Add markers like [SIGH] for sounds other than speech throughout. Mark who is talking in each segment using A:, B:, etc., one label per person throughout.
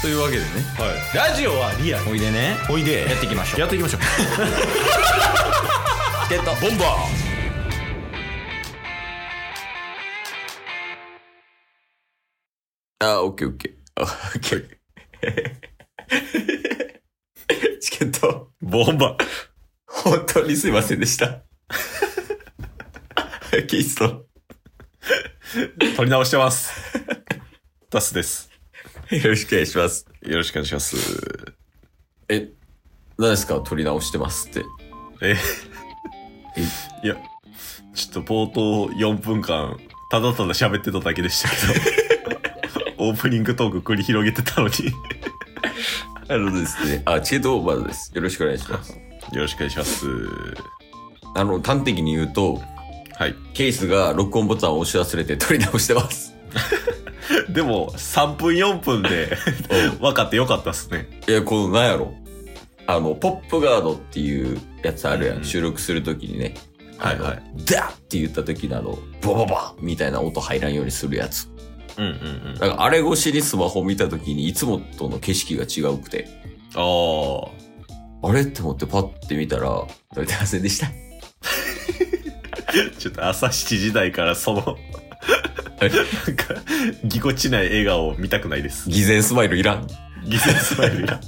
A: というわけでね
B: はい、ラジオはリアル
A: おいでね
B: おいで
A: やっていきましょう
B: やっていきましょう
A: ゲット
B: ボンバ
A: あーオッケーオッケーあオッケー [LAUGHS] チケット
B: ーボンバー
A: 本当にすいませんでした。キースト、
B: 取り直してますタスです
A: よろしくお願いします。
B: よろしくお願いします
A: え、何ですか撮り直してますって。
B: えいやちょっと冒頭4分間ただただ喋ってただけでしたけどオープニングトーク繰り広げてたのに
A: あのですね、あ、チケットオーバーです。よろしくお願いします。
B: よろしくお願いします
A: あの、端的に言うと、
B: はい
A: ケースが録音ボタンを押し忘れて撮り直してます。
B: でも3分4分で分かってよかったっすね
A: いや、この、なんやろ。あの、ポップガードっていうやつあるやん。
B: うん
A: 収録するときにね。
B: はいは
A: あ
B: い
A: の。ダッって言った時のあの、ボボバみたいな音入らんようにするやつ。
B: うんうんうん
A: なんかあれ越しにスマホ見た時にいつもとの景色が違うくて、
B: ああ
A: あれって思ってパッて見たら、撮れてませんでした。
B: [LAUGHS] ちょっと朝7時台からその [LAUGHS]
A: え
B: なんかぎこちない笑顔を見たくないです
A: 偽善スマイルいらん。 [LAUGHS]
B: ギセスマイルが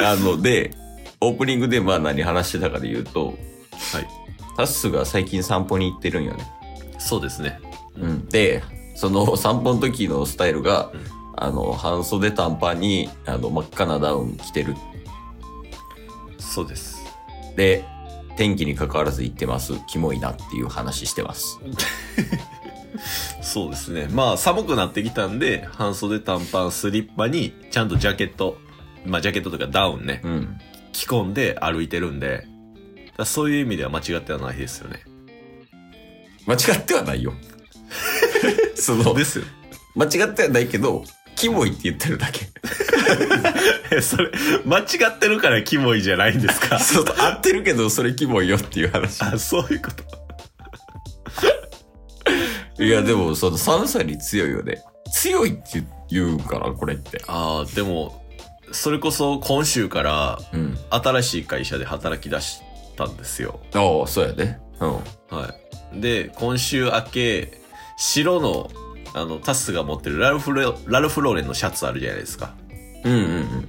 A: あの、で、オープニングでまあ何話してたかで言うと、
B: はい
A: タッスが最近散歩に行ってるんよね。
B: そうですね
A: うん。で、その散歩の時のスタイルが、
B: うん
A: あの、半袖短パンに、あの、真っ赤なダウン着てる。
B: そうです
A: で、天気に関わらず行ってます。キモいなっていう話してます。
B: そうですねまあ寒くなってきたんで半袖短パンスリッパにちゃんとジャケットまあジャケットとかダウンね
A: うん。
B: 着込んで歩いてるんでだからそういう意味では間違ってはないですよね
A: 間違ってはないよ。 [LAUGHS] その、
B: ですよ [LAUGHS]
A: 間違ってはないけど、キモいって言ってるだけ。
B: えそれ [LAUGHS] 間違ってるからキモいじゃないんです [LAUGHS] か
A: そうそう、合ってるけど、それキモいよっていう話。
B: あそういうこと
A: いや、でも、その寒さに強いよね。強いって言うから、これって。
B: ああでもそれこそ今週から
A: うん。
B: 新しい会社で働き出したんですよ
A: ああ、そうやね。うん。
B: はいで今週明け白のあのタスが持ってるラルフロラルフローレンのシャツあるじゃないですか
A: うんうん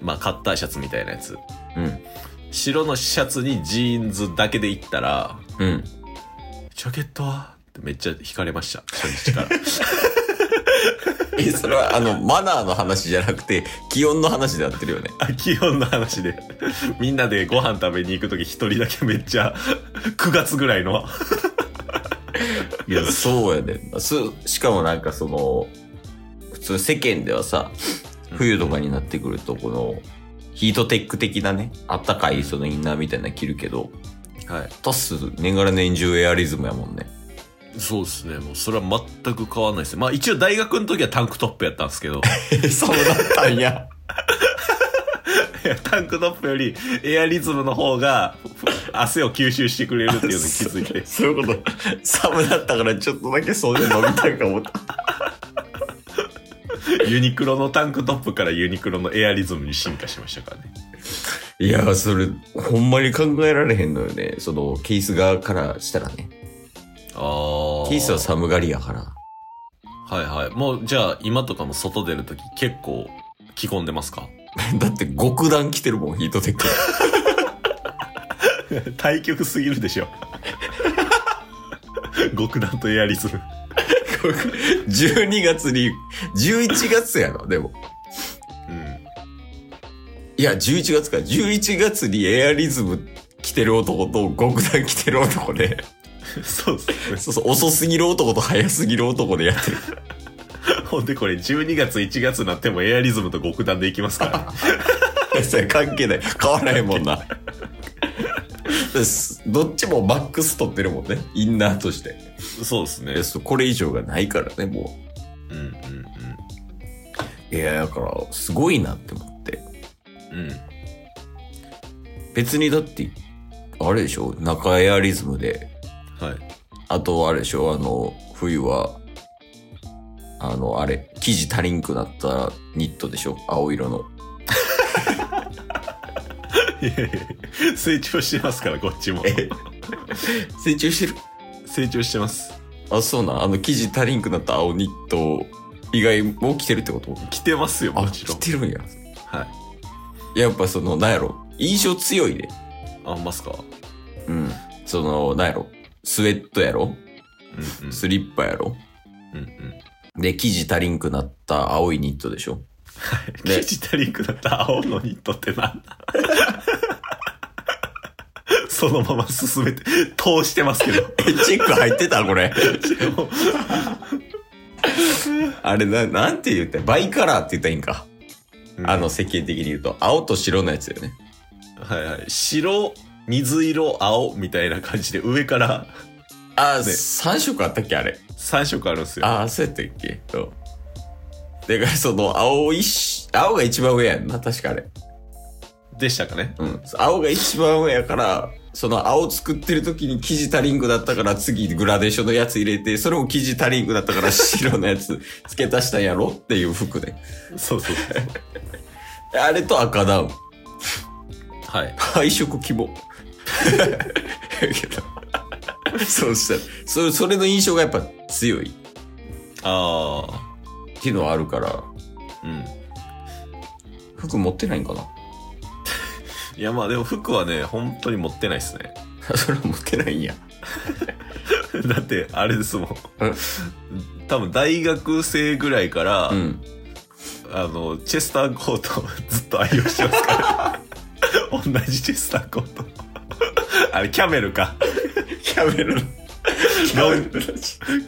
B: まあカッターシャツみたいなやつ
A: うん。
B: 白のシャツにジーンズだけで行ったら
A: うん。うん。
B: ジャケットはってめっちゃ惹かれました [LAUGHS] 初日から
A: え、それは、あの、マナーの話じゃなくて、気温の話でやってるよね。
B: あ気温の話でみんなでご飯食べに行く時一人だけめっちゃ9月ぐらいの
A: いや、そうやね。す、しかもなんかその、普通世間ではさ、冬とかになってくると、この、ヒートテック的なね、あったかいそのインナーみたいなの着るけど、
B: [LAUGHS] はい
A: タス、年がら年中エアリズムやもんね。
B: そうですね。もうそれは全く変わらないですね。まあ一応大学の時はタンクトップやったんですけど、
A: [LAUGHS] そうだったんや。。
B: いや [LAUGHS] タンクトップよりエアリズムの方がふ汗を吸収してくれるっていうのに気づい
A: [LAUGHS]
B: て
A: そういうこと。寒だったからちょっとだけ袖伸びたんかも。
B: ユニクロのタンクトップからユニクロのエアリズムに進化しましたからね。
A: [LAUGHS] いや、それ、ほんまに考えられへんのよね。その、ケース側からしたらね。
B: あ
A: ケースは寒がりやから。 [LAUGHS]
B: はいはい。もうじゃあ今とかも外出る時結構着込んでますか
A: だって極段来てるもん、ヒートテック。
B: [LAUGHS]
A: [LAUGHS]
B: 対極すぎるで [LAUGHS] しょ。極暖とエアリズム。
A: 12月に、11月やろ、でも。
B: うん。
A: いや、11月か。11月にエアリズム着てる男と極段着てる男で、
B: そうですね。
A: そうそう、遅すぎる男と早すぎる男でやってる。
B: ほんでこれ12月1月になってもエアリズムと極暖でいきますから、ね、
A: いやそれ関係ない。変わらへんもんな。ですどっちもマックス取ってるもんね。インナーとして。
B: [LAUGHS] そうですね
A: でそうこれ以上がないからね、も
B: うんうん
A: う。いや、だから、すごいなって思って。
B: うんうん
A: 別にだって、あれでしょ中エアリズムで。
B: はい
A: あと、あれでしょあの、冬は、あの、あれ、生地足りんくなったニットでしょ青色の。
B: いやいや [LAUGHS] 成長してますから、こっちも。
A: 成長してる
B: 成長してます。
A: あ、そうなん。あの、生地足りんくなった青ニット以外も着てるってこと
B: 着てますよ、
A: あ、
B: もちろ
A: 着
B: ん。
A: てるんや。
B: はい。
A: やっぱその、なんやろ。印象強いで。
B: あ、んますか。
A: うん。その、なんやろ。スウェットやろ
B: うんうん。
A: スリッパやろ
B: うんうん。
A: で、生地足りんくなった青いニットでしょ
B: 生地足りんくなった青のニットってなんだ [LAUGHS] そのまま進めて、通してます [LAUGHS] けど。
A: [LAUGHS] え、チェック入ってたこれ。 [LAUGHS] あれ、な、なんて言ったバイカラーって言ったらいいんか。あの、世間的に言うと、青と白のやつだよね。
B: はいはい。白、水色、青みたいな感じで上から
A: あ、
B: ね
A: 3色あったっけあれ。
B: 3色あるんですよ。
A: ああ、そうやったっけそう。だからその、青いし、青が一番上やんな、確かあれ。
B: でしたかね。
A: うん。青が一番上やから、その青作ってる時に生地足りんくだったから次グラデーションのやつ入れて、それも生地足りんくだったから白のやつ付け足したんやろっていう服で。
B: そうそうそう。
A: あれと赤ダウン。
B: [LAUGHS] はい。
A: 配色希望。けどそうしたらそれ、それの印象がやっぱ強いっ
B: ああ。
A: ていうのはあるから、
B: うん。
A: 服持ってないんかな
B: いやまあでも服はね、本当に持ってないですね。 [LAUGHS]
A: それは持ってないんや。
B: だって、あれですもん
A: え。
B: 多分大学生ぐらいから、
A: うん。
B: あの、チェスターコートを [LAUGHS] ずっと愛用してますから。 [LAUGHS] 同じチェスターコート。 [LAUGHS] あれ、キャメルか。
A: キャメルの。キ
B: ャメル
A: ル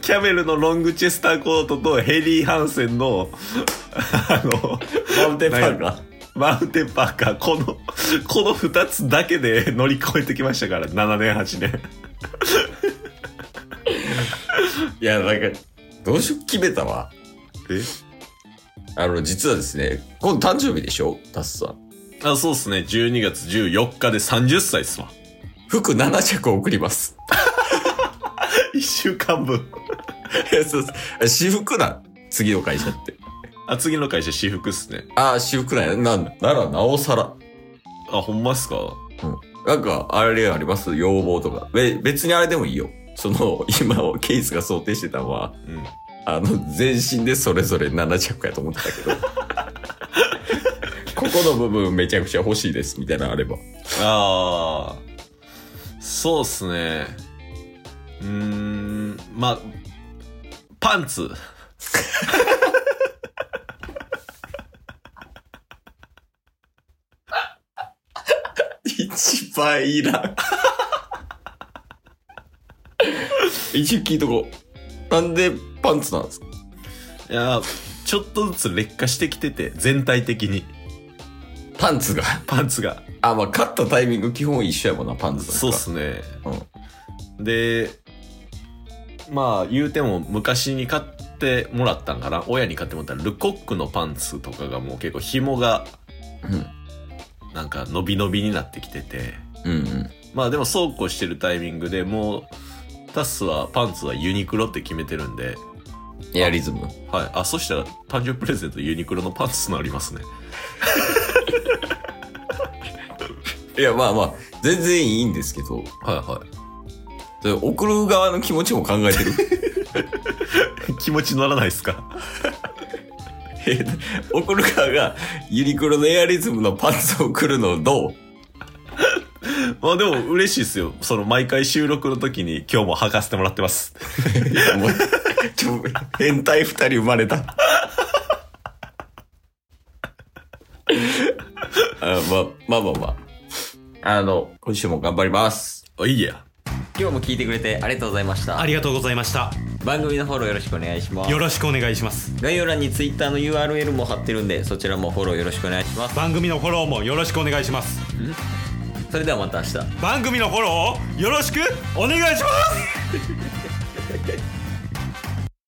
B: キャメルのロングチェスターコートとヘリー・ハンセンの、あの、
A: マウンテンパーカー。
B: マウンテンパーカー、この、この2つだけで乗り越えてきましたから、7年、8年。
A: いや、なんか、どうしよう決めたわ。
B: え
A: あの、実はですね、今度誕生日でしょタスさん。
B: あそうですね、12月14日で30歳っすわ。
A: 服7着を送ります。 [LAUGHS]
B: 1週間分。
A: いやそうそう私服なん次の会社って。
B: あ、次の会社、私服っすね。
A: ああ、私服なんや。なんなら、なおさら。
B: あ、ほんまっすか
A: なんか、あれあります要望とか。べ別にあれでもいいよ。その、今、ケースが想定してたのは、
B: うん。
A: あの、全身でそれぞれ7着やと思ってたけど。ここの部分めちゃくちゃ欲しいです、みたいなのあれば。
B: ああ、そうっすね。うーん、まあ、パンツ。
A: 一番いいな。一応聞いとこう。なんでパンツなんですか
B: いやー、ちょっとずつ劣化してきてて、全体的に、
A: パンツが。
B: パンツが。
A: [LAUGHS] あ、まあ、買ったタイミング基本一緒やもんな、パンツとか。
B: そうっすね。で、まあ、言うても昔に買ってもらったんかな。親に買ってもらったルコックのパンツとかがもう結構紐が、
A: うん
B: なんか伸び伸びになってきてて。
A: うんうん。
B: まあでもそうこうしてるタイミングでもうタスはパンツはユニクロって決めてるんで、
A: エアリズム。
B: はい、あそしたら誕生日プレゼントユニクロのパンツのありますね
A: いや、まあまあ、全然いいんですけど、
B: はいは
A: それ送る側の気持ちも考え [LAUGHS] てる。
B: い [LAUGHS] 気持ち乗らないですか [LAUGHS]
A: えー送る側がユニクロのエアリズムのパンツを送るのどう
B: まあでも嬉しいですよその毎回収録の時に今日も履かせてもらってます
A: お前ちょ変態二人生ま [LAUGHS] れた。あまあまあまあまあ。あの、今週も頑張ります。
B: あいいや
A: 今日も聞いてくれてありがとうございました
C: あ。りがとうございました。
A: 番組のフォローよろしくお願いします
C: よ。ろしくお願いします。
A: 概要欄に Twitter の URL も貼ってるんで、そちらもフォローよろしくお願いします。
C: 番組のフォローもよろしくお願いします。
A: それではまた明日。
C: 番組のフォローをよろしくお願いします